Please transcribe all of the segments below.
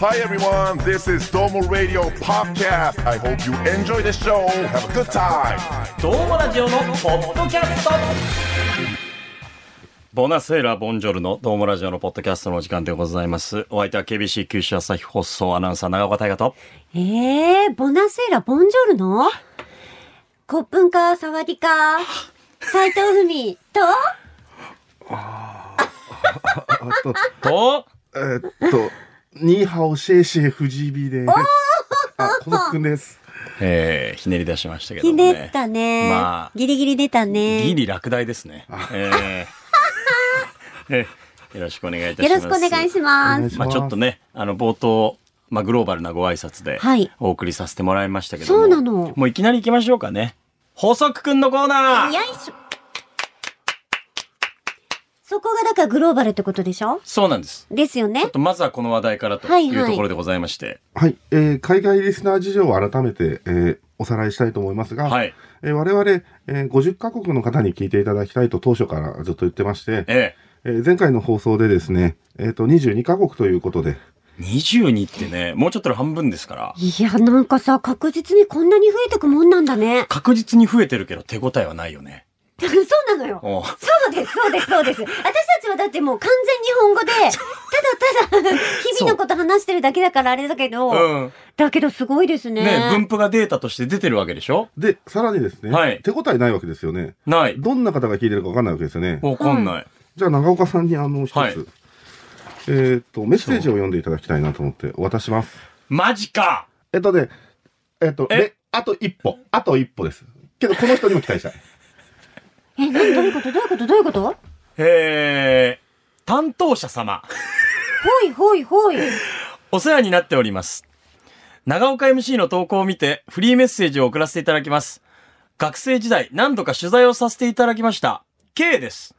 Hi everyone, this is Domo Radio Podcast. I hope you enjoy the show. Have a good time. どうもラジオのポッドキャストボナセーラボンジョルのどうもラジオのポッドキャストのお時間でございます。お相手は KBC 九州朝日放送アナウンサー長岡大和と。ええー、ボナセーラ、ボンジョルノコップンカー、サワディカー、斎藤文と、と、えーっと、ニーハオシェイシェイフジビです。あ、孤独です。えー、ひねり出しましたけどひもね。ねったね。まあギリギリ出たね。ギリ落第です ね。えーえーよろしくお願いいたよしまろす。しくお願いしまお願いす。しまあちょっとね、あの冒頭、まあグローバルなご挨拶ではいお送りさせてもらいましたけども、そうなのもういきなり行きましょうかね。補足くんのコーナーよいしょ。そこがだからグローバルってことでしょそうなんです。ですよねちょっ。とまずはこの話題からとはいいはういところでございまして。はい、えー海外リスナー事情を改めて、えーおさらいしたいと思いますが、はいえー我々、えー50カ国の方に聞いていただきたいと当初からずっと言ってまして、ええー前回の放送でですね、えー、と22カ国ということで、え。22ってね、もうちょっとで半分ですから、。いや、なんかさ、確実にこんなに増えてくもんなんだね 確実に増えてるけど手応えはないよね。そうなのよ。おうそうです、そうです、そうです。私たちはだってもう完全日本語 で、ただただ、日々のこと話してるだけだからあれだけど、うん。だけどすごいですね。ね分布がデータとして出てるわけでしょで、さらにですね、はい手応えないわけですよね。ない。どんな方が聞いてるかわかんないわけですよね。わかんない。じゃあ長岡さんにあの一つ、はいえーっと、メッセージを読んでいただきたいなと思ってお渡しします。マジかえっとね、えっと、えね、あと一歩、あと一歩です。けど、この人にも期待したい。え、何どういうことどういうことどういうことえー、担当者様。ほいほいほい。お世話になっております。長岡 MC の投稿を見てフリーメッセージを送らせていただきます。学生時代何度か取材をさせていただきました。K です。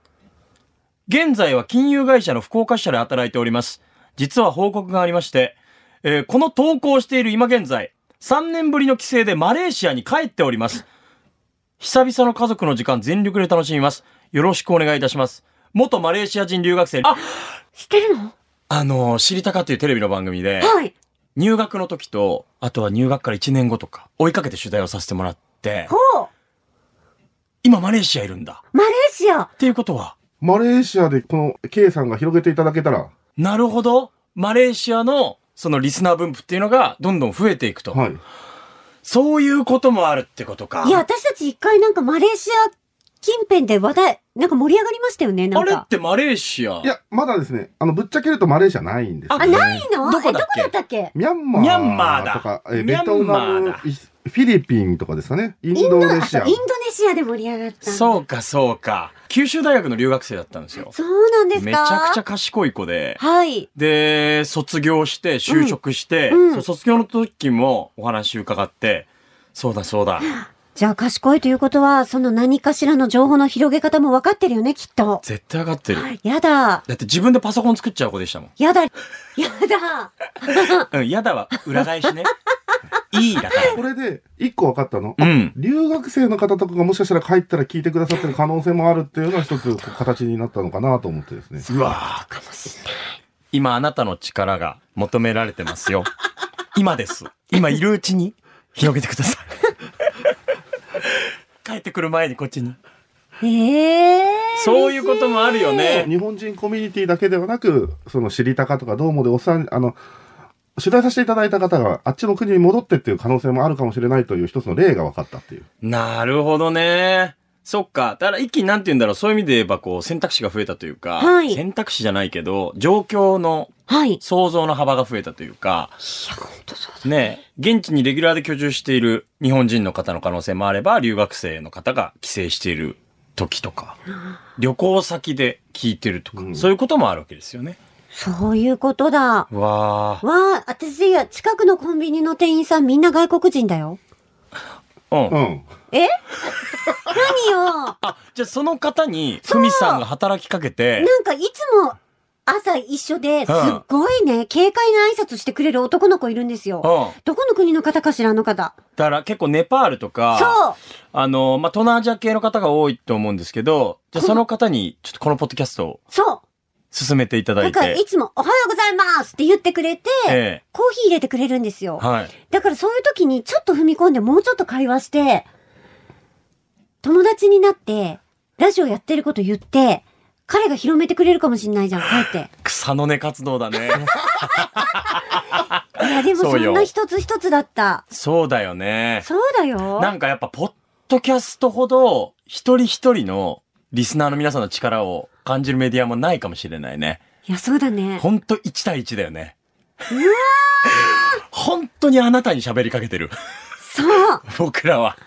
現在は金融会社の福岡支社で働いております。実は報告がありまして、えーこの投稿をしている今現在、3年ぶりの帰省でマレーシアに帰っております。久々の家族の時間全力で楽しみます。よろしくお願いいたします。元マレーシア人留学生、あ、知ってるのあのー知りたかっていうテレビの番組で、はい。入学の時と、あとは入学から1年後とか、追いかけて取材をさせてもらってほ、う。今マレーシアいるんだ。マレーシア。っていうことは、マレーシアでこの K さんが広げていただけたら、なるほど、マレーシアの、そのリスナー分布っていうのが、どんどん増えていくと。はい。そういうこともあるってことか。いや、私たち一回なんかマレーシア近辺で話題、なんか盛り上がりましたよね、なあんれかっ。てマレーシア。いや、まだですね、あの、ぶっちゃけるとマレーシアないんですあよあ、ね。ないのどこだっけえどこだったっけミャンマミャンマーだーとか、えーベトミャナンマムーだ、イスフィリピンとかですかね。インドネシあアそうイ。ンドネシアで盛り上がった。う。そうか、そうか。九州大学の留学生だったんですよ。そうなんですかめちゃくちゃ賢い子で、はい。で、卒業して、就職して、うんうんそう卒業の時もお話伺って、そうだそうだ。じゃあ賢いということは、その何かしらの情報の広げ方も分かってるよね、きっと。絶対上がってる。やだ。だって自分でパソコン作っちゃう子でしたもん。やだ。やだ。うん、やだは裏返しね。 いいだかこれで、一個分かったの。ら。うん。留学生の方とかがもしかしたら帰ったら聞いてくださってる可能性もあるっていうのは一つこう形になったのかなと思ってですね。うわかもしれない。今あなたの力が求められてますよ。今です。今いるうちに広げてください。帰ってくる前にこっちに。ええそういうこともあるよね。日本人コミュニティだけではなく、その知りたかとかどうもでおさん、あの、取材させていただいた方があっちの国に戻ってっていう可能性もあるかもしれないという一つの例が分かったっていう。なるほどね。そっか。だから一気になんて言うんだろう。そういう意味で言えばこう選択肢が増えたというか、はい選択肢じゃないけど、状況のはい。い想像の幅が増えたというか、や、ほんとそうだ。ねえ、現地にレギュラーで居住している日本人の方の可能性もあれば、留学生の方が帰省している時とか、旅行先で聞いてるとか、うんそういうこともあるわけですよね。そういうことだ。わわあ、私、近くのコンビニの店員さんみんな外国人だよ。あ。う。うんん。え何よ。あ、じゃあその方に、ふみさんが働きかけて、なんかいつも朝一緒で、すっごいね、軽快な挨拶してくれる男の子いるんですうん。よ。どこの国の方かしら、あの方。だから結構ネパールとか、そう。あの、まあ、東南アジア系の方が多いと思うんですけど、じゃあその方に、ちょっとこのポッドキャストをそう。進めていただだいから、いて。つも、おはようございますって言ってくれて、ええコーヒー入れてくれるんですよ。はい。だからそういう時にちょっと踏み込んでもうちょっと会話して、友達になって、ラジオやってること言って、彼が広めてくれるかもしんないじゃん、帰って。草の根活動だね。いや、でもそそうよんな一つ一つだった。 そうだよね。そうだよ。なんかやっぱ、ポッドキャストほど、一人一人のリスナーの皆さんの力を感じるメディアもないかもしれないね。いや、そうだね。ほんと1対1だよね。本当にあなたに喋りかけてる。そう。僕らは。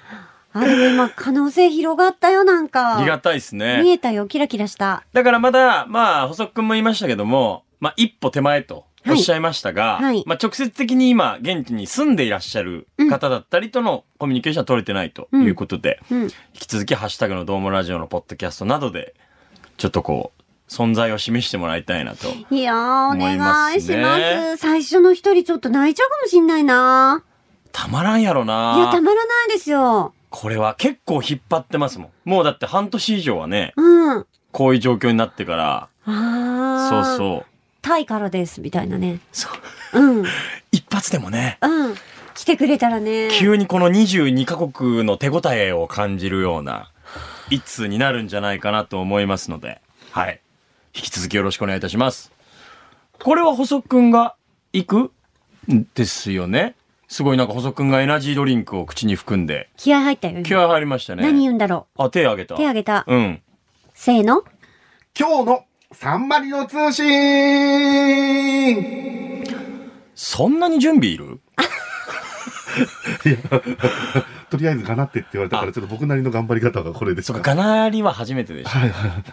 あ、でも今、可能性広がったよ、なんか。ありがたいです見ね。えたよ、キラキラした。だからまだ、まあ、細くんも言いましたけども、まあ、一歩手前とおっしゃいましたが、はいはいまあ、直接的に今、現地に住んでいらっしゃる方だったりとのコミュニケーションは取れてないということで、うん。引き続き、ハッシュタグのどうもラジオのポッドキャストなどで、ちょっとこう、存在を示してもらいたいなと。いやー、お思願いますねいします。最初の一人ちょっと泣いちゃうかもしんないな。たまらんやろいや、なたまらないですよ。これは結構引っ張ってますもん。もうだって半年以上はね、うん。あこういう状況になってから、あ。そうう。そう。タイからです、みたいなね。そううん。一発でもね、うん。来てくれたらね。急にこの22カ国の手応えを感じるような一通になるんじゃないかなと思いますので、はい。引き続きよろしくお願いいたします。これは細くんが行くんですよね。すごいなんか細くんがエナジードリンクを口に含んで、気合入ったよ、今気合入りましたね。何言うんだろあ、手あげた。う。手挙げた。うん。せーの。今日のサンマリの通信そんなに準備いるとりあえずがなってって言われたから、ちょっと僕なりの頑張り方がこれでそすっか、ガナリは初めてでした。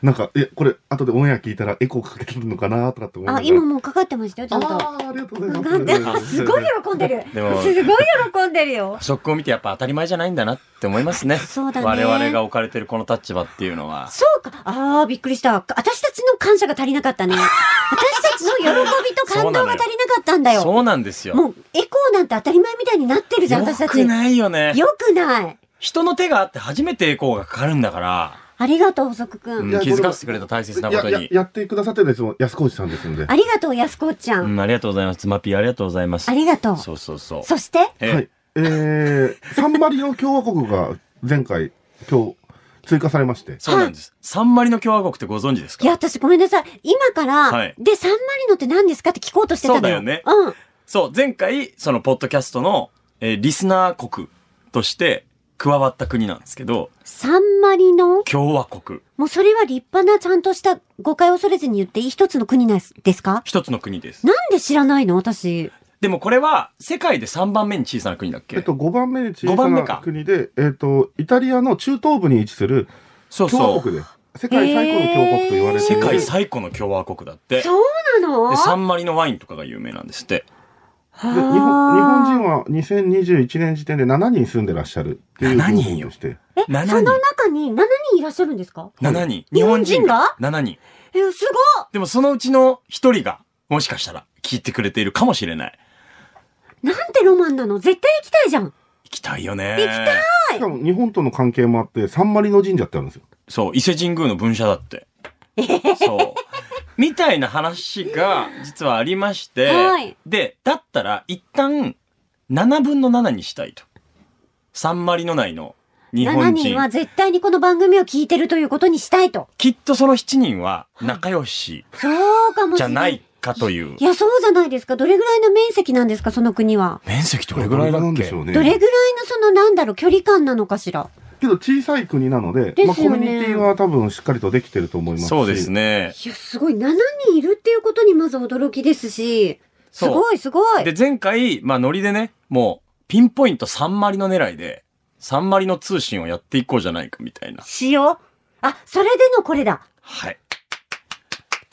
なんか、え、これ、後でオンエア聞いたらエコーかけてるのかなとかって思いなあ、がら今もうかかってましたよ、ちゃんと。あーありがとうございます。かかって、 すごい喜んでる。でもすごい喜んでるよ。そこを見てやっぱ当たり前じゃないんだなって思いますね。そうだね我々が置かれてるこの立場っていうのは。そうか。ああ、びっくりした。私たちの感謝が足りなかったね。私たちの喜びと感動が足りなかったんだよ。そうなんですよ。もう、エコーなんて当たり前みたいになってるじゃん、私たよち。くないよね。よくない。人の手があって初めてエコーがかかるんだから、ありがとう、細くくうんん。や気づかせてくれた大切なことややに。やってくださってるのはいつも安河内さんですので。ありがとう、安子ちゃ。うんん、ありがとうございます。つまぴーありがとうございます。ありがとう。そうそうそう。そして、えはい。えー、 サンマリの共和国が前回、今日、追加されまして。そうなんです。サンマリの共和国ってご存知ですいや、か私ごめんなさい。今から、はいで、サンマリノって何ですかって聞こうとしてたのそうだよねうん。そう、前回、そのポッドキャストの、えーリスナー国として加わった国なんですけど、サンマリノ共和国。もうそれは立派なちゃんとした誤解を恐れずに言っていい一つの国なんですか一つの国です。なんで知らないの私。でもこれは、世界で3番目に小さな国だっけ、えっと、5番目に小五さ番目なか国で、えっと、イタリアの中東部に位置するそう共そ和う。国です。世界最古の共和国と言われてい世る。界最古の共和国だって。そうなので、サンマリのワインとかが有名なんですって。はあで日本日本人は2021年時点で7人住んでらっしゃるっていう7人情報としてえ、 7人その中に7人いらっしゃるんですか7人。日本人が ?7 人。え、すごっでもそのうちの1人が、もしかしたら聞いてくれているかもしれない。なんてロマンなの絶対行きたいじゃん。行きたいよね。行きたいしかも日本との関係もあってサンマリの神社ってあるんですよそう、伊勢神宮の分社だって。そう。みたいな話が実はありまして、はいで、だったら一旦7分の7にしたいと。3割の内の日7本人は人。絶対にこの番組を聞いてるということにしたいと。きっとその7人は仲良しそうかもしじゃれなない。いかというい。や、そうじゃないですか。どれぐらいの面積なんですか、その国は。面積どれぐらいだなっんでけしょうねどれぐらいのその、なんだろう、距離感なのかしら。けど小さい国なのでですよねまあ、コミュニティは多分しっかりとできてると思いますしそうですね。いや、すごい。7人いるっていうことにまず驚きですし、すそうごい、すごい。で、前回、まあ、ノリでね、もう、ピンポイント3割の狙いで、3割の通信をやっていこうじゃないか、みたいな。塩あ、それでのこれだ。はい。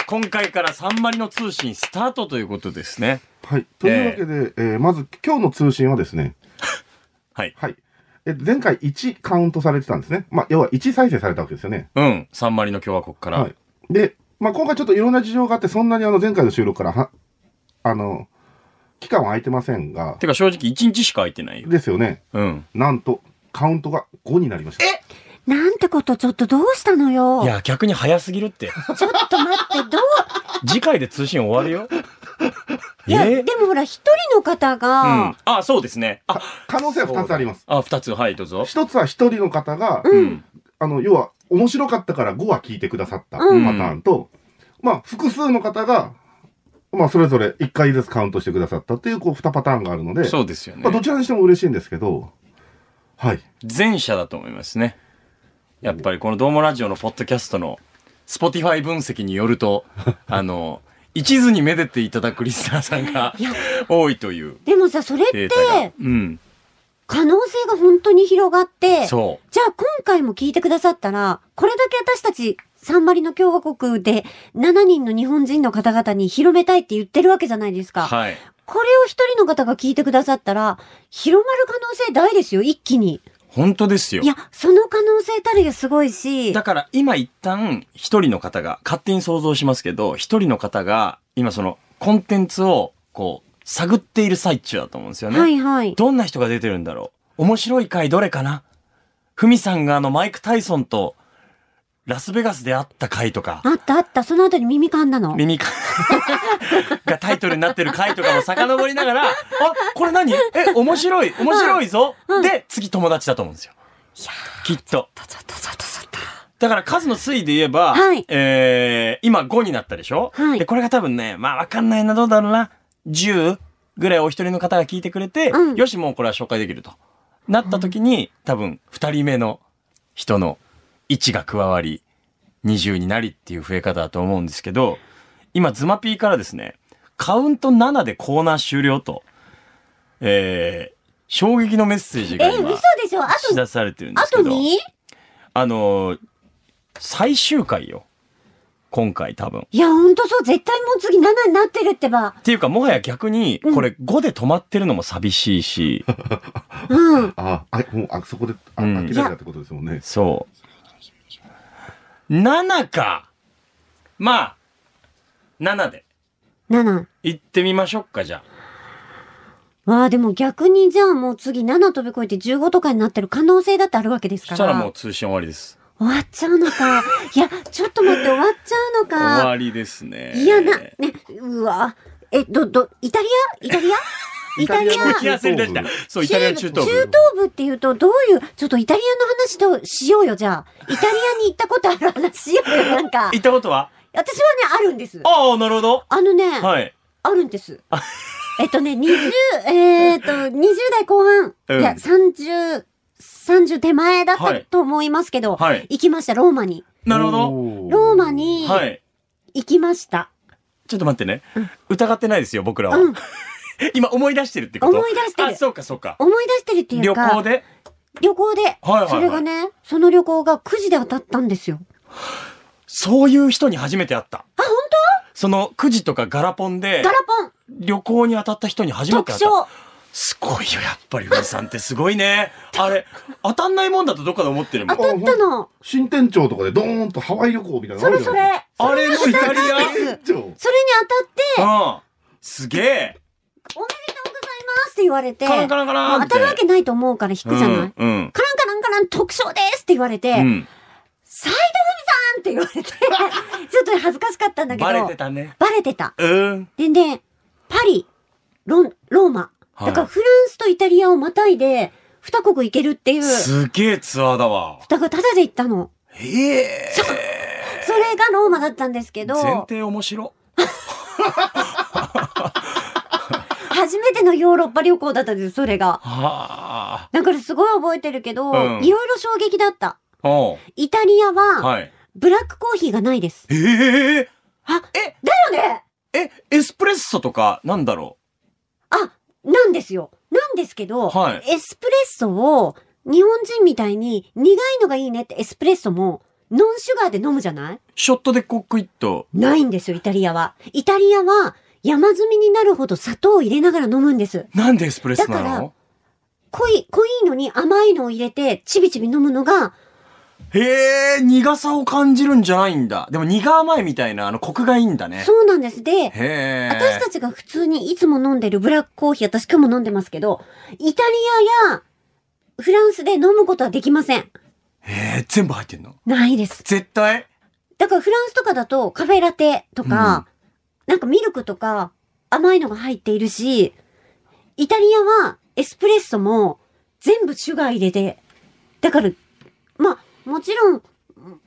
今回から3割の通信スタートということですね。はい、というわけで、えーまず今日の通信はですね、はい。はい、え前回1カウントされてたんですね、まあ、要は1再生されたわけですよね、うん。3割の共和国から。はい、で、まあ、今回ちょっといろんな事情があってそんなにあの前回の収録からはあの期間は空いてませんがてか正直1日しか空いてないよ。ですよねうん。なんとカウントが5になりましたなんてこと、ちょっとどうしたのよ。いや、逆に早すぎる って。ちょっと待って、どう、次回で通信終わるよ。いや、えーでもほら、一人の方うが、ん。あ、そうですね。あ、可能性は2つあります。あ、二つ、はい、どうぞ。一つは一人の方が、うん。あの、要は、面白かったから5は聞いてくださったパタうんーンと、まあ、複数の方が、まあ、それぞれ1回ずつカウントしてくださったっていう、こう、2パターンがあるので、そうですよまあ、どね。ちらにしても嬉しいんですけど、はい。前者だと思いますね。やっぱりこのドーモラジオのポッドキャストの Spotify 分析による と、あの、一途にめでていただくリスナーさんが多いというでもさ、それっデータがて、。うん。可能性が本当に広がって、じゃあそう。今回も聞いてくださったら、これだけ私たち、サンマリの共和国で7人の日本人の方々に広めたいって言ってるわけじゃないですか。はい。これを一人の方が聞いてくださったら、広まる可能性大ですよ、一気に。本当ですよい。や、その可能性たるやすごいし、だから今一旦一人の方が勝手に想像しますけど一人の方が今そのコンテンツをこう探っている最中だと思うんですよね。はいはい。どんな人が出てるんだろう面白い回どれかなふみさんがあのマイク・タイソンとラスベガスで会った回とかあったあった、その後に耳かんだの。耳か がタイトルになってる回とかも遡りながらあこれ何え面白い面白いぞ、で次友達だと思うんですよ。きっと。たたたたたただから数の推移で言えば、はいえー今5になったでしょ、はいで、これが多分ね、まあわかんないな、どうだろうな、10ぐらいお一人の方が聞いてくれて、うんよし、もうこれは紹介できると。なった時に、多分2人目の人の1が加わり、20になりっていう増え方だと思うんですけど、今、ズマピーからですね、カウント7でコーナー終了と、えー、衝撃のメッセージがえ、嘘今、でしょあ知と、らされてるんであすけとど。にあのー最終回よ。今回多分。っいや、ほんとそう、絶対もう次7になってるってば。ていうか、もはや逆に、これ5で止まってるのも寂しいし、うん。ああ、もう、あそこで、あ、うん諦めたってことですもんね。そう。7かまあ、7で。 7。行ってみましょうか、じゃあ。わあ、でも逆にじゃあもう次7飛び越えて15とかになってる可能性だってあるわけですそかしたら。らもう通信終わりです。終わっちゃうの か。いや、ちょっと待って、終わっちゃうの終か。わりですね。いや、な、ね、うわ。え、ど、ど、イタリアイタリ アイタリアイタリア気がするでした。そう、イタリアの中東中部。東部っていうと、どういう、ちょっとイタリアの話としようよ、じゃあ。イタリアに行ったことある話しようよ、なんか。行ったことは私はね、あるんです。ああ、なるほど。あのね、はい。あるんです。えっとね、20、えーっと、20代後半、うんいや、30、30手前だっはたいと思いますけど、はい行きました、ローマに。なるほど。おーローマにはい。行きました。ちょっと待ってね。疑ってないですよ、僕らは。うん 今思い出してるってこと思い出してるあ、そうかそうか。思い出してるってい旅うか、行で旅行で、はいはいそれがね、その旅行が9時で当たったんですよ。そういう人に初めて会った。あ、本当その、くじとかガラポンでガ、ラポン旅行に当たった人に初めて特会った。賞すごいよ、やっぱり、ふみさんってすごい ね。あれ、当たんないもんだとどっかで思ってるも当ん。たったの。新店長とかでドーンとハワイ旅行みたいなそれそれ。あれのイタリあれ新店長それに当たって、アうん。すげえ。おめでとうございますって言われて、カランカランカランって当たるわけないと思うから引くじゃない、うん。うんカランカランカラン特賞ですって言われて、うん。斉藤文さんって言われて、ちょっと恥ずかしかったんだけど、バレてたね。バレてた。うん。でね、パリ、ロン、ローマ。はいだからフランスとイタリアをまたいで、二国行けるっていう。すげえツアーだわ。だからタダで行ったの。へえ。それがローマだったんですけど、前提面白。初めてのヨーロッパ旅行だったんです、それが。はだからすごい覚えてるけど、うんいろいろ衝撃だった。あ。おうイタリアは、はい。ブラックコーヒーがないです。ええあ、えだよねえ、エスプレッソとか、なんだろあ、なんですよ。なんですけど、はい。エスプレッソを日本人みたいに苦いのがいいねってエスプレッソもノンシュガーで飲むじゃないうショットでコックイット。ないんですよ、イタリアは。イタリアは山積みになるほど砂糖を入れながら飲むんです。なんでエスプレッソなだの濃い、濃いのに甘いのを入れてちびちび飲むのが、へえ、苦さを感じるんじゃないんだ。でも苦甘いみたいな、あの、コクがいいんだね。そうなんです。で、へえ。私たちが普通にいつも飲んでるブラックコーヒー、私今日も飲んでますけど、イタリアやフランスで飲むことはできません。えー、全部入ってんのないです。絶対だからフランスとかだとカフェラテとか、なんかミルクとか甘いのが入っているし、イタリアはエスプレッソも全部シュガー入れて、だから、まあ、もちろん、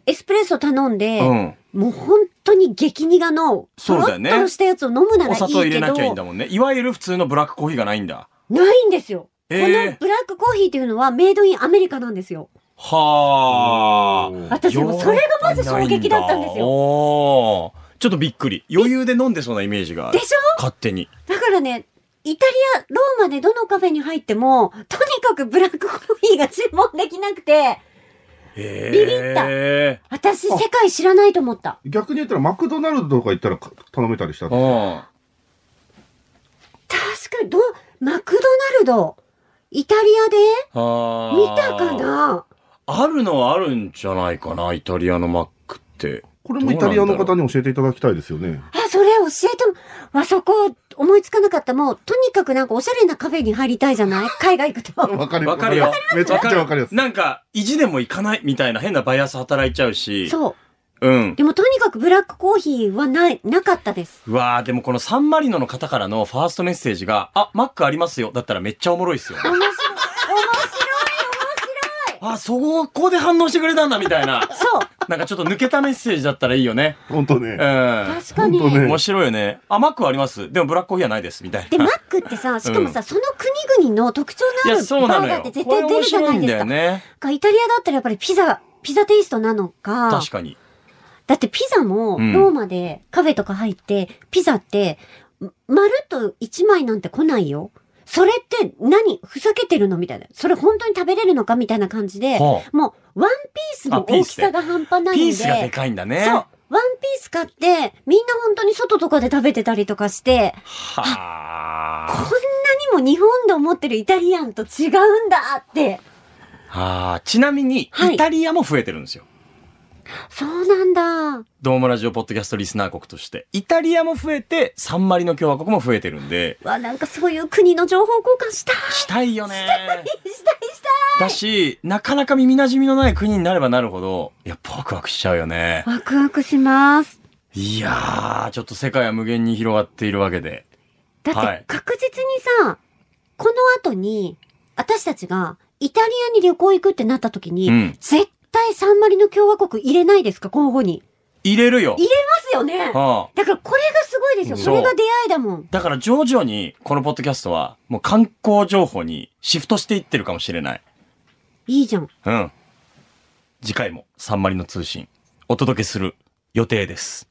エスプレッソ頼んで、うん。もう本当に激苦の、とそうろだよっねとしたやつを飲むなおらいい砂糖入けれなきゃいいんど、だもんね。いわゆる普通のブラックコーヒーがないんだ。ないんですよ。えーこのブラックコーヒーっていうのはメイドインアメリカなんですよ。はあ。私でもそれがまず衝撃だったんですよ。おーちょっとびっくり。余裕で飲んでそうなイメージがあるで。しょ勝手に。だからね、イタリア、ローマでどのカフェに入っても、とにかくブラックコーヒーが注文できなくて、えビビったえ私あ世界知らないと思った。逆に言ったらマクドナルドとか行ったら頼めたりしたらうん。確かに、ど、マクドナルド、イタリアであ見たかなあるのはあるんじゃないかな、イタリアのマックって。これもイタリアのどうな方んだろうに教えていただきたいですよねあ、それ教えても、わ、そこ思いつかなかった。もう、とにかくなんかおしゃれなカフェに入りたいじゃ ない海外行くと。わかるわかるよ。めちゃくちゃわかりますなんか、意地でも行かないみたいな変なバイアス働いちゃうし。そう。うん。でもとにかくブラックコーヒーはない、なかったです。うわー、でもこのサンマリノの方からのファーストメッセージが、あ、マックありますよ。だったらめっちゃおもろいっすよ。面白い、面あ、そこで反応してくれたんだみたいな。白い。そう。なんかちょっと抜けたメッセージだったらいいよね。本当うねん。確かに。本当ね面白いよね。あ、マックはあります。でもブラックコーヒーはないです。みたいで、な。マックってさ、しかもさ、その国々の特徴いのあや、るそうなバのーガーよって。絶これ対出面るじゃ白ないいんでだすよか。ね。かイタリアだったらやっぱりピザ、ピザテイストなのか、確かに。だってピザもうんローマでカフェとか入って、ピザって、ままるっと1枚なんて来ないよ。それって何ふざけてるのみたいな。それ本当に食べれるのかみたいな感じで、はあもうワンピースの大きさが半端ないんで。ピースがでかいんだね。そう。ワンピース買って、みんな本当に外とかで食べてたりとかして、こんはなにも日本で思ってるイタリアンと違うんだって。ああー。ちなみに、はいイタリアも増えてるんですよ。そうなんだ。ドームラジオポッドキャストリスナー国として。イタリアも増えて、サンマリノ共和国も増えてるんで、わ、なんかそういう国の情報交換したい。したいよね。したいしただし、なかなか耳馴染みのない国になればなるほど、やっぱワクワクしちゃうよね。い。ワクワクします。いやー、ちょっと世界は無限に広がっているわけで。だっはいて確実にさ、この後に、私たちがイタリアに旅行行くってなった時に、うん絶対サンマリの共和国入れないですか候補に。入れるよ。入れますよね。はあ、だからこれがすごいですよ。そうこれが出会いだもん。だから徐々に、このポッドキャストは、もう観光情報にシフトしていってるかもしれない。いいじゃん。うん。次回もサンマリの通信、お届けする予定です。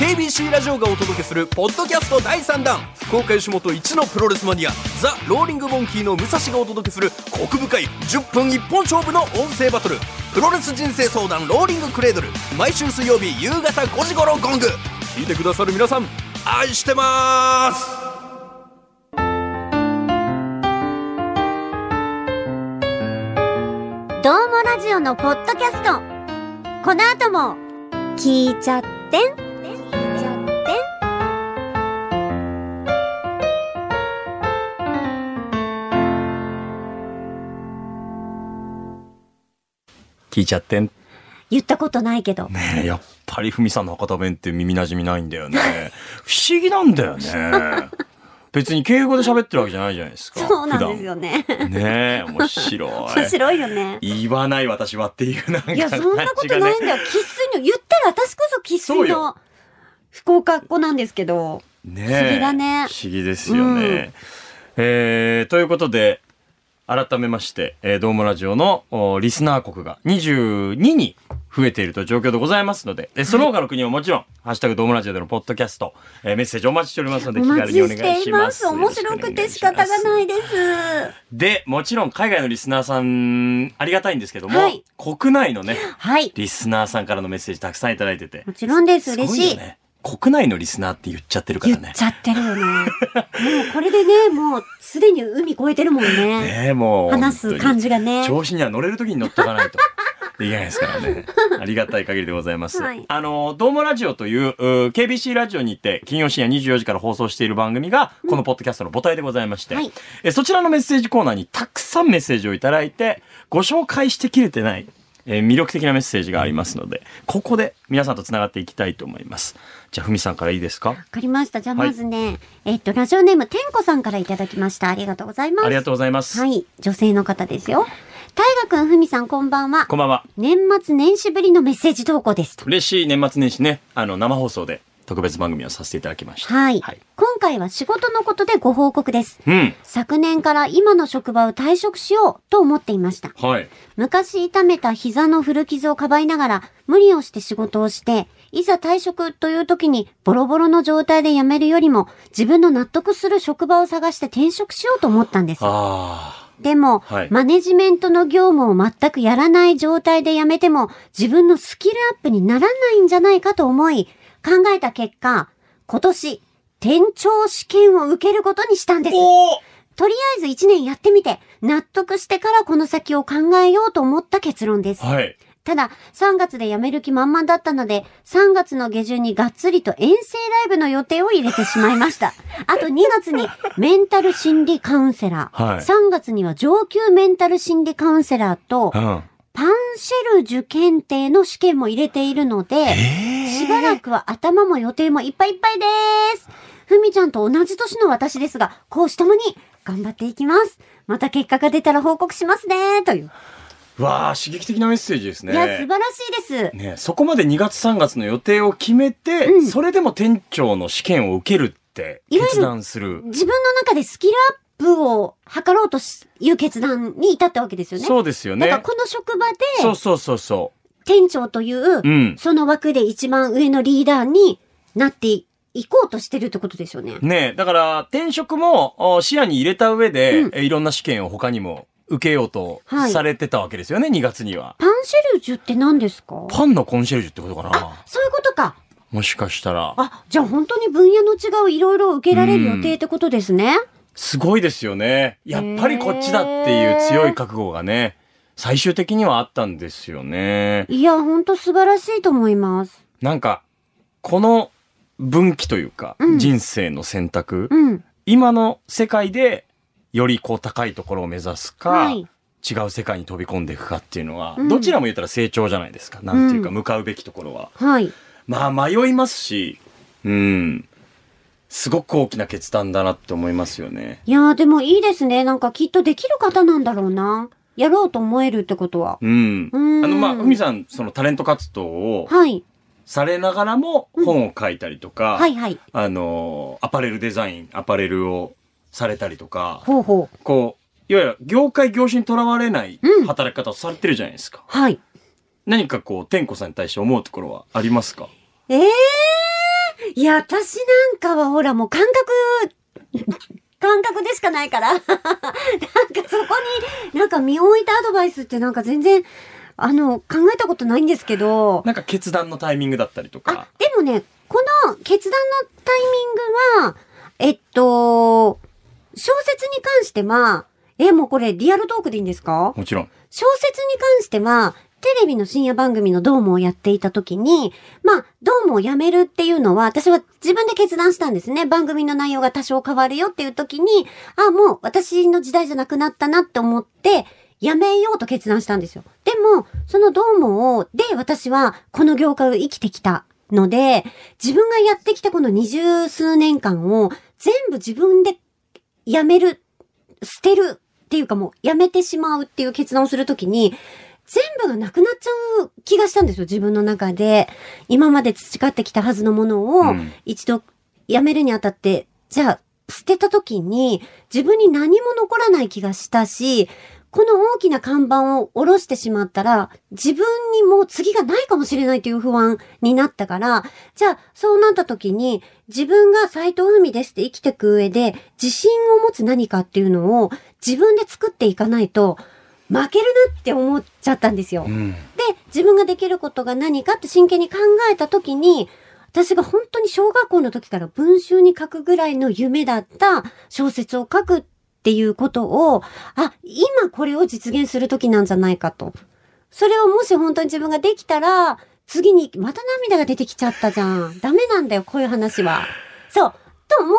KBC ラジオがお届けするポッドキャスト第3弾福岡吉本一のプロレスマニアザ・ローリング・モンキーの武蔵がお届けするコク深い10分一本勝負の音声バトルプロレス人生相談ローリング・クレードル毎週水曜日夕方5時頃ゴング聞いてくださる皆さん愛してますどうもラジオのポッドキャスト。この後も、聞いちゃってん。聞いちゃってん。聞いちゃってん。言ったことないけど。ねえ、やっぱりふみさんの博多弁って耳馴染みないんだよね。不思議なんだよ ね。別に敬語で喋ってるわけじゃないじゃないですか。そうなんですよね。普段。ねえ、面白い。面白いよね。言わない私はっていうなんかいや、そんなこと感ないんじだよ。生粋の、言ったら私こそ生そう粋のよ福岡っ子なんですけど。がね不思議だね不思議ですよね。うんえーということで、改めまして、えー、ドームラジオのおリスナー国が22に増えているという状況でございますので、えその他の国ももちろん、ハッシュタグドームラジオでのポッドキャスト、えーメッセージお待ちしておりますのおで、気軽待ちにお願しいします。。ています。面白くて仕方がないいです。で、もちろん海外のリスナーさん、ありがたいんですけども、はい国内のね、はい。リスナーさんからのメッセージたくさんいただいてても、ちろんです。すご嬉いよしい。ね。国内のリスナーって言っちゃってるか言らっね。ちゃってるよね。もうこれでね、もうすでに海越えてるもんね。ねえ、もう。話す感じがね。調子には乗れる時に乗っとかないと。できないですから ね。ありがたい限りでございます。はいあの、ドームラジオといううー KBC ラジオにて、金曜深夜24時から放送している番組が、このポッドキャストの母体でございまして、はいえそちらのメッセージコーナーにたくさんメッセージをいただいて、ご紹介してきれてない、えー魅力的なメッセージがありますので、ここで皆さんと繋がっていきたいと思います。じゃあ、ふみさんからいいですかわかりました。じゃあはいまずね、えっと、ラジオネーム、てんこさんからいただきました。ありがとうございます。ありがとうございます。はい。女性の方ですよ。大河くん、ふみさん、こんばんは。こんばんは。年末年始ぶりのメッセージ投稿ですと。嬉しい年末年始ね、あの、生放送で特別番組をさせていただきました。はい。はい今回は仕事のことでご報告です。うん。昨年から今の職場を退職しようと思っていました。はい。昔痛めた膝の古傷をかばいながら無理をして仕事をして、いざ退職という時にボロボロの状態で辞めるよりも自分の納得する職場を探して転職しようと思ったんです。あでも、はいマネジメントの業務を全くやらない状態で辞めても自分のスキルアップにならないんじゃないかと思い、考えた結果、今年、転調試験を受けることにしたんです。おとりあえず1年やってみて、納得してからこの先を考えようと思った結論です。はい。ただ、3月で辞める気満々だったので、3月の下旬にがっつりと遠征ライブの予定を入れてしまい ました。あと2月にメンタル心理カウンセラー、はい3月には上級メンタル心理カウンセラーとう、ん。パンシェルジュ検定の試験も入れているので、しばらくは頭も予定もいっぱいいっぱいです。ふみちゃんと同じ年の私ですが、こうしともに頑張っていきます。また結果が出たら報告しますね、という。わあ、刺激的なメッセージですね。いや、素晴らしいです。ねそこまで2月3月の予定を決めて、うんそれでも店長の試験を受けるっていわゆる決断する。自分の中でスキルアップを図ろうとしいう決断に至ったわけですよね。そうですよだからね。この職場そうで、そうそうそ店長という、う。うん。その枠で一番上のリーダーになっていこうとしてるってことですよね。ねだから転職もお視野に入れた上で、うんえいろんな試験を他にも受けようとはいされてたわけですよね、2月には。パンシェルジュって何ですかパンのコンシェルジュってことかなそういうことか。もしかしたら。あ、じゃあ本当に分野の違ういろいろ受けられる予定ってことですね。すごいですよね。やっぱりこっちだっていう強い覚悟がね、最終的にはあったんですよね。いや、本当素晴らしいと思います。なんか、この分岐というか、うん人生の選択、うん。今の世界でよりこう高いところを目指すか、はい。違う世界に飛び込んでいくかっていうのは、うんどちらも言ったら成長じゃないですか。なんていうか、う向かうべきところは。はい。まあ、迷いますし、うん。すごく大きな決断だなって思いますよね。いやーでもいいですね。なんかきっとできる方なんだろうな。やろうと思えるってことは。うん。あうんの、まあ、海さん、そのタレント活動をはい。されながらもうん本を書いたりとか、はいはい。あの、アパレルデザイン、アパレルをされたりとか、ほうほう。こう、いわゆる業界業種にとらわれないうん働き方をされてるじゃないですか。はい。何かこう、天子さんに対して思うところはありますかええー、いや、私なんかはほらもう感覚、感覚でしかないから。なん かそこに、なんか身を置いたアドバイスってなんか全然、あの、考えたことないんですけど。なんか決断のタイミングだったりとあか。、でもね、この決断のタイミングは、えっと、小説に関しては、え、もうこれリアルトークでいいんですかもちろん。小説に関しては、テレビの深夜番組のドームをやっていた時に、まあ、ドームをやめるっていうのは、私は自分で決断したんですね。番組の内容が多少変わるよっていう時に、あ、もう私の時代じゃなくなったなって思って、やめようと決断したんですよ。でも、そのドームを、で、私はこの業界を生きてきたので、自分がやってきたこの二十数年間を、全部自分でやめる捨てるっていうかもうやめてしまうっていう決断をするときに、全部がなくなっちゃう気がしたんですよ、自分の中で。今まで培ってきたはずのものうをん、一度やめるにあたって、じゃあ、捨てたときに、自分に何も残らない気がしたし、この大きな看板を下ろしてしまったら、自分にもう次がないかもしれないという不安になったから、じゃあ、そうなった時に、自分が斎藤海ですって生きていく上で、自信を持つ何かっていうのを自分で作っていかないと、負けるなって思っちゃったんですよ。うん。で、自分ができることが何かって真剣に考えた時に、私が本当に小学校の時から文集に書くぐらいの夢だった小説を書くっていうことを、あ、今これを実現する時なんじゃないかと。それをもし本当に自分ができたら、次にまた涙が出てきちゃったじゃん。ダメなんだよ、こういう話は。そう。と思っ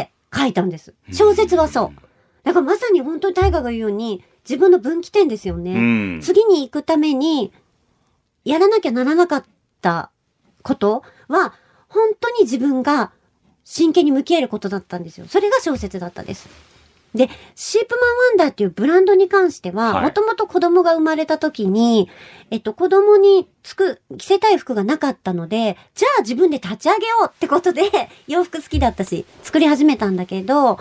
て書いたんです。小説はそう。だからまさに本当に大河が言うように、自分の分岐点ですよね。うん次に行くために、やらなきゃならなかったことは、本当に自分が真剣に向き合えることだったんですよ。それが小説だったです。で、シープマンワンダーっていうブランドに関しては、はいもともと子供が生まれた時に、えっと、子供につく、着せたい服がなかったので、じゃあ自分で立ち上げようってことで、 洋服好きだったし、作り始めたんだけど、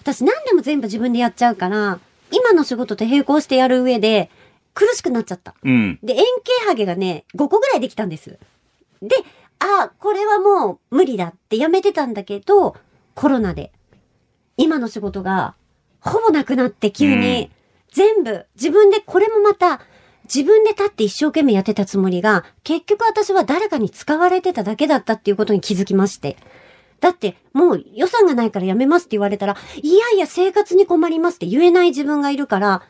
私何でも全部自分でやっちゃうから、今の仕事と並行してやる上で、苦しくなっちゃった。うん。で、円形ハゲがね、5個ぐらいできたんです。で、あ、これはもう無理だってやめてたんだけど、コロナで、今の仕事がほぼなくなって急に、全部、自分で、これもまた、自分で立って一生懸命やってたつもりが、結局私は誰かに使われてただけだったっていうことに気づきまして。だって、もう予算がないからやめますって言われたら、いやいや生活に困りますって言えない自分がいるから、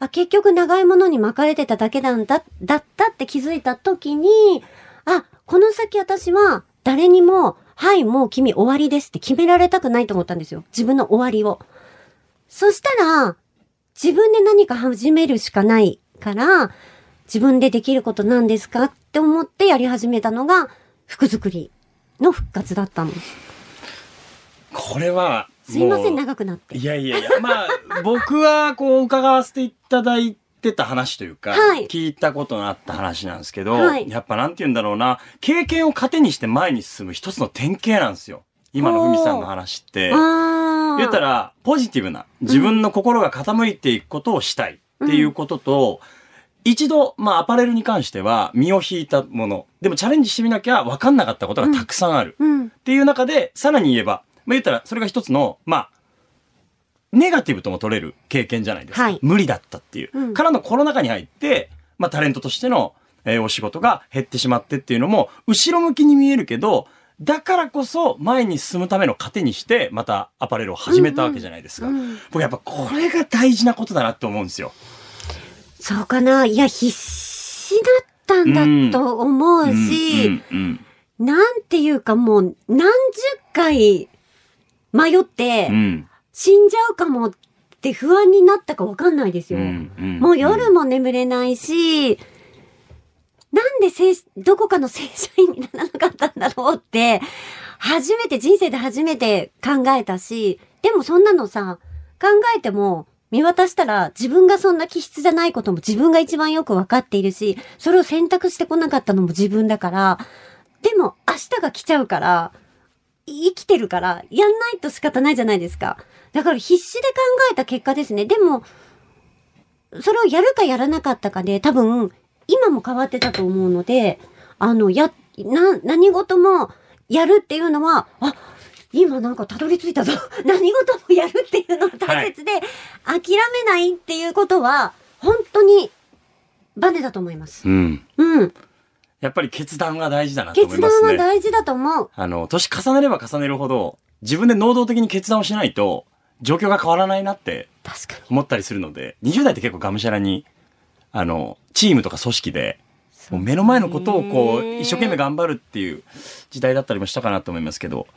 あ、結局長いものに巻かれてただけなんだ、だったって気づいた時に、あ、この先私は誰にも、はい、もう君終わりですって決められたくないと思ったんですよ。自分の終わりを。そしたら、自分で何か始めるしかないから、自分でできることなんですかって思ってやり始めたのが、服作りの復活だったの。これは、すいませもん、う長くなって。いやいやいや、まあ、僕はこう伺わせていただいてた話というか、はい聞いたことのあった話なんですけど、はいやっぱなんて言うんだろうな、経験を糧にして前に進む一つの典型なんですよ。今のふみさんの話って。ああ。言った、ら、ポジティブな、自分の心が傾いていくことをしたいっていうことと、一度、まあ、アパレルに関しては、身を引いたもの。でも、チャレンジしてみなきゃ分かんなかったことがたくさんある。うん。っていう中で、さらに言えば、まあ、言ったら、それが一つの、まあ、ネガティブとも取れる経験じゃないですか。はい無理だったっていう。うんからのコロナ禍に入って、まあ、タレントとしての、えーお仕事が減ってしまってっていうのも、後ろ向きに見えるけど、だからこそ前に進むための糧にして、またアパレルを始めたわけじゃないですか。うんうん僕やっぱこれが大事なことだなって思うんですよ。そうかな。いや、必死だったんだと思うし、うんうんうんなんていうかもう何十回迷って、うん死んじゃうかもって不安になったかわかんないですうよ。んうんもう夜も眠れないし、なんで正どこかの正社員にならなかったんだろうって、初めて、人生で初めて考えたし、でもそんなのさ、考えても見渡したら自分がそんな気質じゃないことも自分が一番よくわかっているし、それを選択してこなかったのも自分だから、でも明日が来ちゃうから、生きてるから、やんないと仕方ないじゃないですか。だから必死で考えた結果ですね。でも、それをやるかやらなかったかで、多分、今も変わってたと思うので、あの、や、な、何事もやるっていうのは、あ、今なんかたどり着いたぞ。何事もやるっていうのは大切で、諦めないっていうことは、本当に、バネだと思います。うんうん。やっぱり決断が大事だなと思い決ま断すね。は大事だと思う。あの、年重ねれば重ねるほど、自分で能動的に決断をしないと、状況が変わらないなって確かに。思ったりするので、20代って結構がむしゃらに、あの、チームとか組織で、もう目の前のことをこう、一生懸命頑張るっていう時代だったりもしたかなと思いますけど、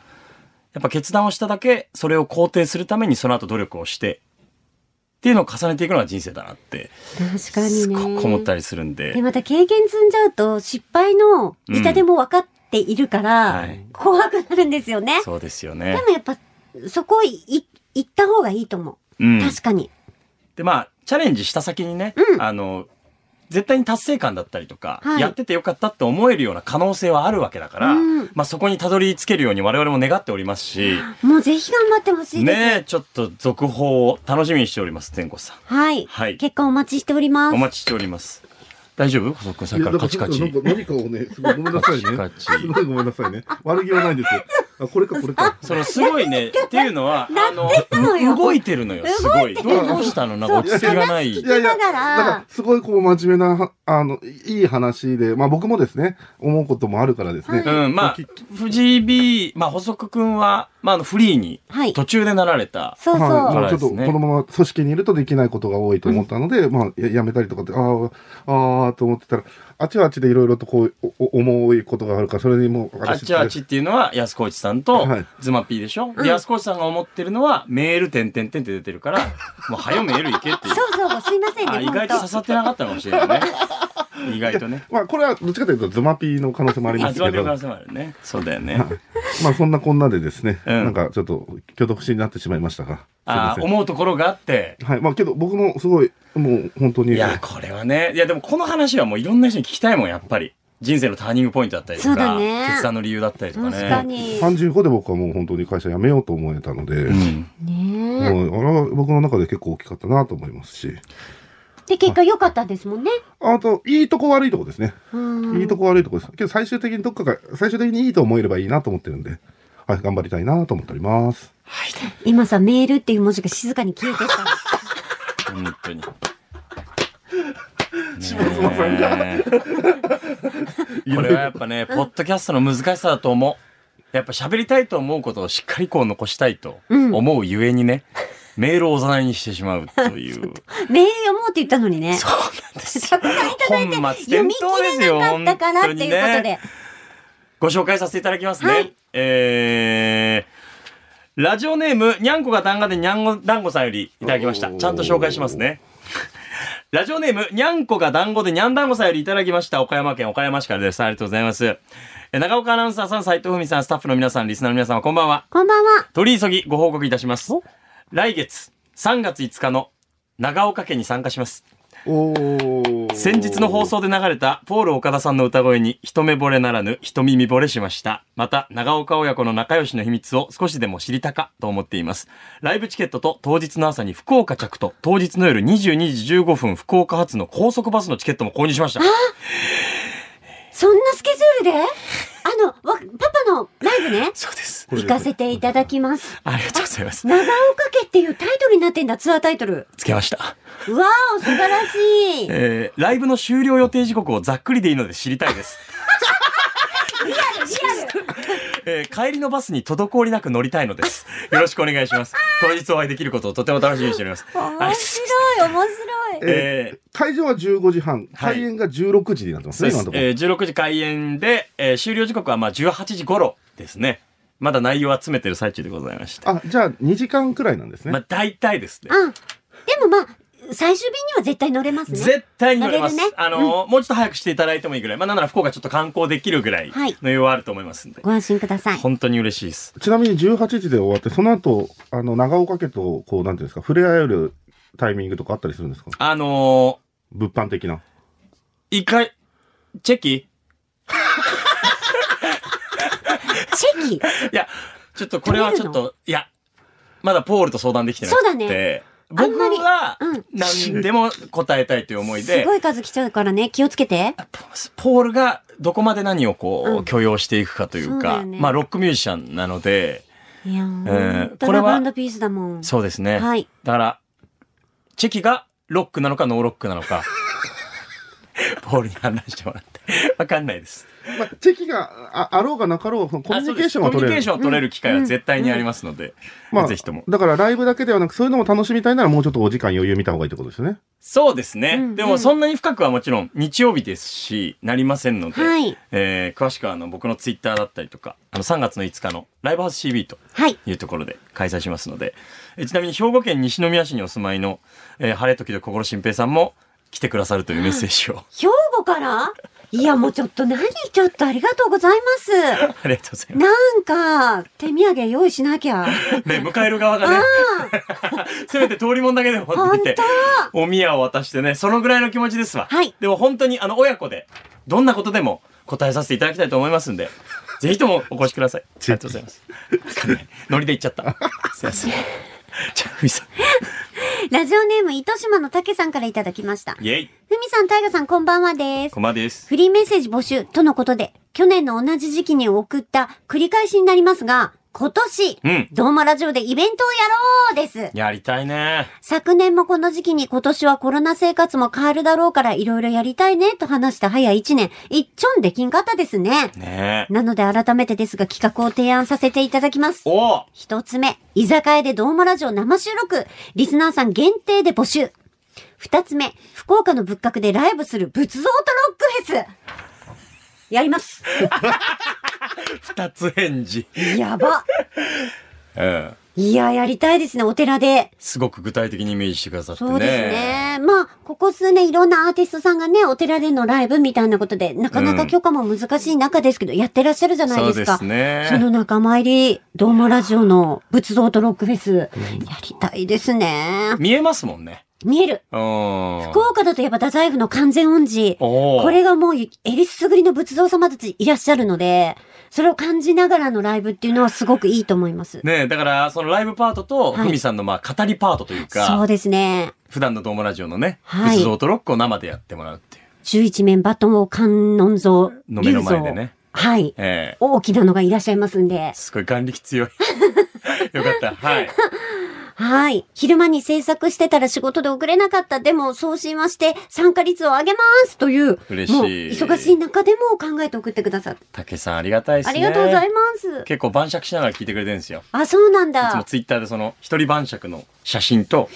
やっぱ決断をしただけ、それを肯定するためにその後努力をして、っていうのを重ねていくのが人生だなって、確かにすね。ごく思ったりするんで。でまた経験積んじゃうと失敗の痛手も分かっているから、うんはい怖くなるんですよね。そうですよでね。もやっぱそこいい行った方がいいと思うう。ん。確かに。でまあチャレンジした先にね、うんあの絶対に達成感だったりとか、はいやっててよかったって思えるような可能性はあるわけだから、うんまあ、そこにたどり着けるように我々も願っておりますし、もうぜひ頑張ってほしいです。ねえちょっと続報を楽しみにしております天子さんはい。はい結果お待ちしております。お待ちしております大丈夫細くんさっきからカチカチいやだからなんか何かをね、すごいごめんなさい ね。カチカチすごいごめんなさいね。悪気はないんですよ。あ、これかこれか。そのすごいねっていうの はあのたのよ動いてるのよすごい動いてどうどうしたのなんか落ち着きがないいやいや、だからすごいこう真面目な、あの、いい話で、まあ僕もですね、思うこともあるからですね。はいうん、まあき、藤井 B、まあ、細くくんは、まあ、あの、フリーにはい途中でなられた。そうそう。はい、もう辛いちでょっとすこねのまま組織にいるとできないことが多いと思ったので、まあややめたりとかってあーあーと思ってたらあっちはあっちでいろいろとこうおお重いことがあるからそれにもうあっちはあっちっていうのは安河内さんとはいズマピーでしょ、うんで安河内さんが思ってるのはメール点点点って出てるからもう早メールいけっていそううそう、すいませんね、あ意本当外と刺さってなかったかもしれないね意外とねまあこれはどっちかというとズマピーの可能性もありまあすズマけピーのど可能性もあるねそうだよねまあそんなこんなでですね、うんなんかちょっと挙動不審になってしまいましたがすいあません思うところがあってはいまあけど僕もすごいもう本当にいやこれはねいやでもこの話はもういろんな人に聞きたいもんやっぱり人生のターニングポイントだったりとそうだか、ね決断の理由だったりとかね確かに。 35で僕はもう本当に会社辞めようと思えたので、うん、ねえもうあれは僕の中で結構大きかったなと思いますしで、結果良かったですもんね。あといいとこ悪いとこですねうんいいとこ悪いとこです。けど最終的にどっかが、最終的にいいと思えればいいなと思ってるんで、はい、頑張りたいなと思っております。今さ、メールっていう文字が静かに消えてた。本当に。ねえさんこれはやっぱね、ポッドキャストの難しさだと思う。やっぱ喋りたいと思うことをしっかりこう残したいとうん思うゆえにね、メールをおざなりにしてしまうという。メール読もうって言ったのにね。そうなんですたくさんいただいて、本末読転み倒で切すれよなかったからっていうこと本当にでね。ご紹介させていただきますね。はいえー、ラジオネーム、にゃんこが団子でにゃんご団子さんよりいただきました。おーちゃんと紹介しますね。 ラジオネーム、にゃんこが団子でにゃん団子さんよりいただきました。岡山県岡山市からです。ありがとうございます。え長岡アナウンサーさん、斉藤文さん、スタッフの皆さん、リスナーの皆さん、こんばんは。こんばんは。取り急ぎご報告いたします。来月3月5日の長岡家に参加します。おー先日の放。送で流れたポール岡田さんの歌声に一目惚れならぬ一耳惚れしました。また、長岡親子の仲良しの秘密を少しでも知りたかと思っています。ライブチケットと当日の朝に福岡着と当日の夜22時15分福岡発の高速バスのチケットも購入しました。そんなスケジュールであの、わパパのライブね、そうです。これ行かせていただきます。ありがとうございます。長岡家っていうタイトルになってんだ、ツアータイトル。つけました。うわお、素晴らしい。えー、ライブの終了予定時刻をざっくりでいいので知りたいです。 えー帰りのバスに滞りなく乗りたいのです。よろしくお願いします。当日お会いできることをとても楽しみにしております。あ面白い、面白い。えー会場は15時半、はい開演が16時になってまそすうね、で今すのと。ころ。えー、16時開演で、えー終了時刻はまあ18時頃ですね。まだ内容を集めてる最中でございまして。あ、じゃあ2時間くらいなんですね。まあ大体ですね。あ、でもまあ、最終便には絶対乗れますね。絶対に乗れます。乗れるねあのーもうちょっと早くしていただいてもいいぐらい。まあなんなら福岡ちょっと観光できるぐらいはいの要はあると思いますんで。ご安心ください。本当に嬉しいです。ちなみに18時で終わって、その後、あの、長岡家と、こう、なんていうんですか、触れ合えるタイミングとかあったりするんですかあの物販的な。ー、一回、チェキチェキいや、ちょっとこれはちょっと、いや、まだポールと相談できてなくて。そうだねあん僕まりはうん、何でも答えたいという思いすで、ごい数来ちゃうからね、気をつけて。ポールがどこまで何をこうう、ん許容していくかというそうだか、よねまあ、ロックミュージシャンなので、いえやー、ここれれははバンドピースだもん。そうですね。はいだから、チェキがロックなのかノーロックなのか、ポールに判断してもらって、わかんないです。まあ、チェキがああろうがなかろうが、そのコミュニケーションあはそうですコミュ取ニケーれるション。は取れる機会は絶対にありますので、ぜひとも。だからライブだけではなく、そういうのも楽しみたいなら、もうちょっとお時間余裕見た方がいいってことですよね。そうですね。うんでもそんなに深くはもちろん日曜日ですし、なりませんので、はいえー詳しくはあの僕のツイッターだったりとか、あの3月の5日のライブハウス CB とはい。いうところで開催しますので、えちなみに兵庫県西宮市にお住まいの、えー晴れ時で心心平さんも来てくださるというメッセージを兵庫からいや、もうちょっと何ちょっとありがとうございます。 ありがとうございまなんか、手土産用意しな きゃ。す。 ね、迎える側がね、 せめて通りもんだけでも持っ本てきて当、お宮を渡してね、そのぐらいの気持ちですわ。はいでも本当にあの親子で、どんなことでも答えさせていただきたいと思います んで、ぜひともお越しください。ありがとうございます。わかんないノリで行っちゃった。すいま せん。じゃあ、ふみさん。ラジオネーム、糸島のたけさんからいただきました。イェイ。ふみさん、たいがさん、こんばんはです。こまです。フリーメッセージ募集とのことで、去年の同じ時期に送った繰り返しになりますが、今年、うんドーマラジオでイベントをやろうです。やりたいね。昨年もこの時期に今年はコロナ生活も変わるだろうからいろいろやりたいねと話した早1年、いっちょんできんかったですね。ねえ。なので改めてですが企画を提案させていただきます。おう一つ目、居酒屋でドーマラジオ生収録、リスナーさん限定で募集。二つ目、福岡の仏閣でライブする仏像とロックフェス。やります。二つ返事。やば。うん。いや、やりたいですね、お寺で。すごく具体的にイメージしてくださってね。そうですね。まあ、ここ数年いろんなアーティストさんがね、お寺でのライブみたいなことで、なかなか許可も難しい中ですけど、やってらっしゃるじゃないそうですでか。すね。その仲間入り、ドーマラジオの仏像とロックフェス、やりたいですね。見えますもんね。見える。うん。福岡だとやっぱ太宰府の完全恩寺。おーこれがもう、えりすぐりの仏像様たちいらっしゃるので、それを感じながらのライブっていうのはすごくいいと思います。ねえだから、そのライブパートと、はいふみさんのまあ語りパートというか、そうですね。普段のドームラジオのね、はい仏像とロックを生でやってもらうっていう。 11面バトンを観音像、の目の前でね龍像はい。ええ大きなのがいらっしゃいますんで。すごい眼力 強い。よかった。はい。はい。昼間に制作してたら仕事で遅れなかった。でも送信はして参加率を上げますという。嬉しいもう忙しい中でも考えて送ってくださって。竹さんありがたいですあね。りがとうございます。結構晩酌しながら聞いてくれてるんですよ。あ、そうなんいつもだ。ツイッターでその、一人晩酌の写真と、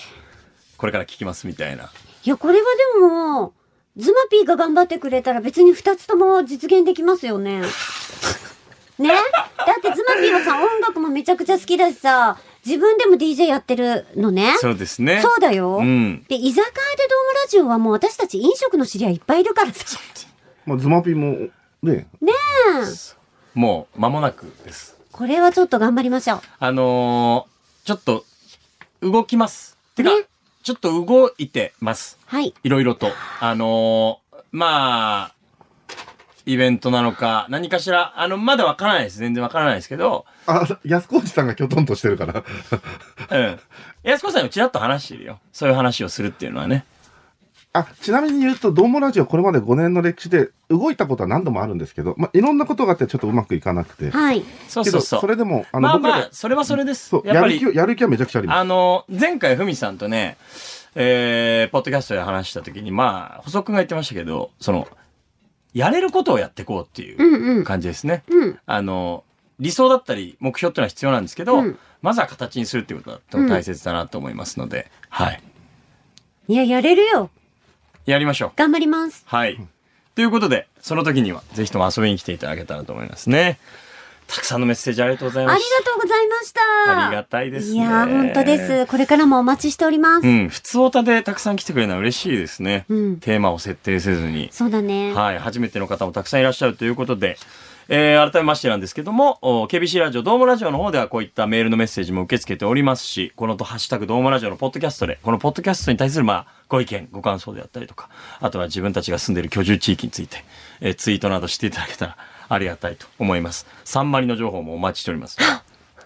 これから聞きますみたいな。いや、これはでも、ズマピーが頑張ってくれたら別に二つとも実現できます よね。ねだってズマピーはさ、音楽もめちゃくちゃ好きだしさ、自分でも DJ やってるのね。そうですね。そうだよ。うんで、居酒屋でドームラジオはもう私たち飲食の知り合いいっぱいいるからさ。まあ、ズマピも、ね、もう、間もなくです。これはちょっと頑張りましょう。あのーちょっと、動きます。てか、ねちょっと動いてます。はい。いろいろと。あのーまあ、イベントなのか、何かしら、あの、まだわからないです。全然わからないですけど、あ、安河内さんがきょとんとしてるから。うん。安子さんにもちらっと話してるよ。そういう話をするっていうのはね。 あ、ちなみに言うと、ドームラジオこれまで5年の歴史で動いたことは何度もあるんですけど、まあ、いろんなことがあってちょっとうまくいかなくて。はい。そうけそど、うそう。それでも、あの、まあ僕らまあが、、それはそれですそう。、やっやぱる気り、を、やる気はめちゃくちゃあります。あの、前回ふみさんとね、えー、ポッドキャストで話した時に、まあ、補足が言ってましたけど、その、やれることをやっていこうってうんいううん。感じですね。うん。あの、理想だったり目標っていうのは必要なんですけど、うんまずは形にするっていうことがとても大切だなと思いますので、はい。いや、やれるよ。やりましょう。頑張ります。はい。ということで、その時には、ぜひとも遊びに来ていただけたらと思いますね。たくさんのメッセージありがとうございあまりしがとうございました。ありがたいですねいやー、本当です。これからもお待ちしておりまた。す。うん、普通オタでたくさん来てくれるのは嬉しいですね。うんテーマを設定せずに。そうだね。はい、初めての方もたくさんいらっしゃるということで、えー改めましてなんですけども、お KBC ラジオ、ドームラジオの方ではこういったメールのメッセージも受け付けておりますし、このとハッシュタグドームラジオのポッドキャストで、このポッドキャストに対する、まあ、ご意見、ご感想であったりとか、あとは自分たちが住んでいる居住地域について、えーツイートなどしていただけたらありがたいと思います。3割の情報もお待ちしており ます。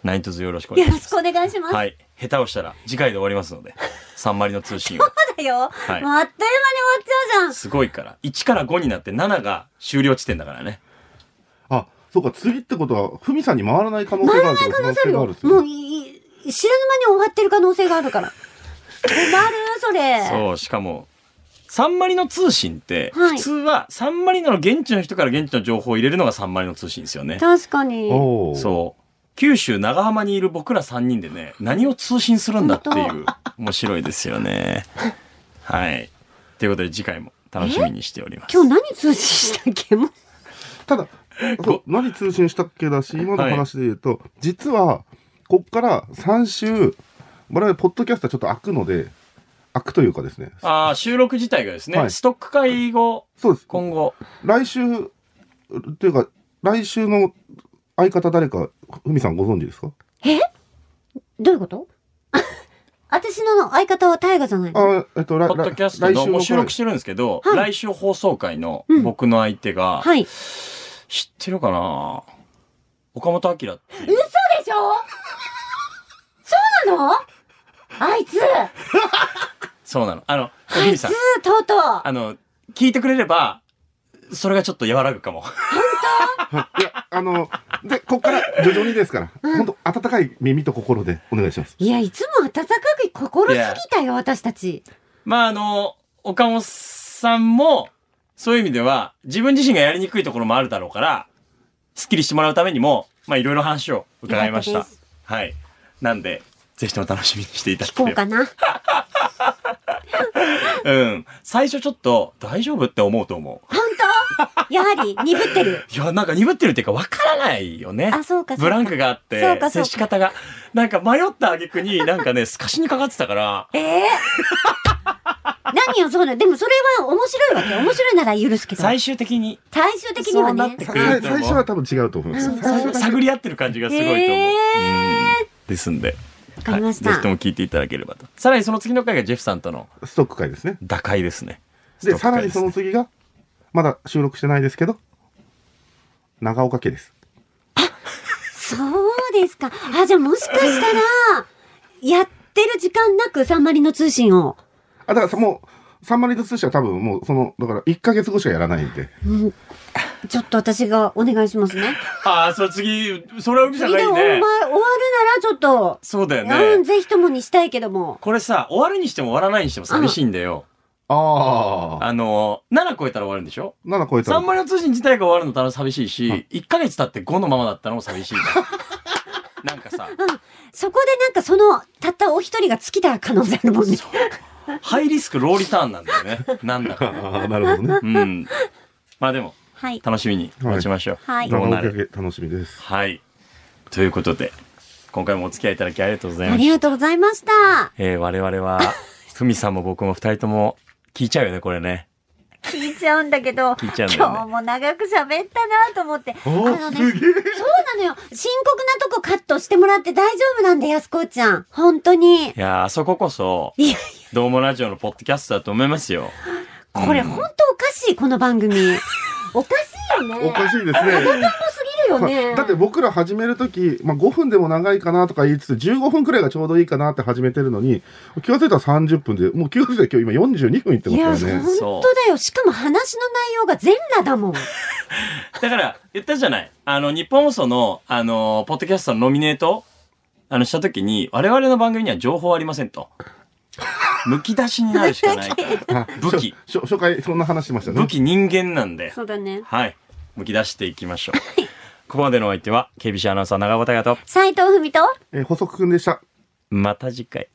何卒よろしくお願いよしろましす。くお願いします。はい。下手をしたら次回で終わりますので、3割の通信を。そうだはいよ。もうあっという間に終わっちゃうじすごいから。1から5になって7が終了地点だからね。あ、そうか、次ってことは、ふみさんに回らない可能ゃん。性回がらあるない可能性あ可る能よ。んですもうね。い、い知らぬ間に終わってる可能性があるから。困る、それ。そう、しかも、サンマリの通信って、はい普通はサンマリノの現地の人から現地の情報を入れるのがサンマリノ通信ですよね。確かに。おーそう。九州長浜にいる僕ら3人でね、何を通信するんだっていう本、面白いですよね。はい。ということで次回も楽しみにしております。今日何通知したっけもうただ、そう何通信したっけだし、今の話で言うと、実は、こっから3週、我々、ポッドキャストはちょっと開くので、開くというかですね。ああ、収録自体がですね、はいストック会後、そうです。今後、来週、というか、来週の相方誰か、ふみさんご存知ですかどういうこと あ私の相方は大河じゃないのあ、えっと、来ポッドキャストの、もう収録してる。るんですけど、はい来週放送回のうん僕の相手が、はい。知ってるかな岡本明っていう嘘でしょそうなのあいつあそうなの。あの、ひいみつさん、とうとうあの、聞いてくれれば、それがちょっと和らぐかも。いや、あの、で、ここから徐々にですから、本当温かい耳と心でお願いします。いや、いつも温かく心すぎたよ、私たち。 まあ、あの、岡本さんも、そういう意味では、自分自身がやりにくいところもあるだろうから、スッキリしてもらうためにも、まあ、いろいろ話を伺いましたよかったで。はい。なんで、ぜひとも楽しみにしていただ聞こけれうば。かな。うん。最初ちょっと、大丈夫って思うと思う。やはり、鈍ってる。いや、なんか鈍ってるっていうか、わからないよね。あ、そうか、そうか。ブランクがあっそうてかそう、接かし方が。なんか迷った挙句に、なんかね、 透かしにかかってたから、ええ何をそうな、でもそれは面白いわけ。面白いなら許すけど。最終的に最終的にはそうなねっ。てさくれる最と思う初は多分違うと思います。最初だけ探り合ってる感じがすごいと思う。へうんですんで。わかりましたはい、ぜひとも聞いていただければと。さらにその次の回がジェフさんとのストック会ですね。打開ですね。で、ストさック回らにですそねの次が、まだ収録してないですけど、長岡家です。そうですか。あ、じゃあもしかしたら、やってる時間なく、サンマリの通信を。あ、だからさもう、サンマリと通信は多分もう、その、だから1ヶ月後しかやらないんで。ちょっと私がお願いしますね。ああ、それ次、それは海さん次がでいいお前終わるねな。らちょっと、そうだようん、ね。ぜひともにしたいけども。これさ、終わるにしても終わらないにしても寂しいんだよ。ああ。あの、7超えたら終わるんでしょ7超えたら ?3 万の通信自体が終わるのたら寂しいし、1ヶ月経って5のままだったのも寂しいじゃ ん。なんかさ、そこでなんかその、たったお一人が尽きた可能性あるもんね。ハイリスク、ローリターンなんだよね。なんだか。ああ、なるほどね。うん。まあでも、はい。楽しみに待ちましょう。はいど長うな岡る家楽しみです。はい。ということで、今回もお付き合いいただきありがとうございあまりした。がとうございました。えー、我々 は、ふみさんも僕も二人とも聞いちゃうよね、これね。聞いちゃうんだけど、聞いちゃうんだよね今日も長く喋ったなと思って。あのね、そうなのよ。深刻なとこカットしてもらって大丈夫なんで、安子ちゃん。本当にい。やー、あそここそ、いや、どうもラジオのポッドキャストだと思いますよ。これ本当おかしい、この 番組。おかしいよね。おかしいですね。おかしいよね。だって僕ら始めるとき、まあ、5分でも長いかなとか言いつつ、15分くらいがちょうどいいかなって始めてるのに、気がついたら30分で、もう気がついたら今日今42分いっていまや、すからね。そ本う当だよ。しかも話の内容が全裸だもん。だから、 言ったじゃない。あの、日本放送の、あのー、ポッドキャストのノミネート、あの、したときに、我々の番組には情報はありません と。むき出しになるしかないから。武器。しょ初回そんな話してましたね。武器人間なんで。そうだね。はい。むき出していきましょう。ここまでのお相手は、KBC アナウンサー長尾太也と、斉藤文とえー、補足くんでした。また次回。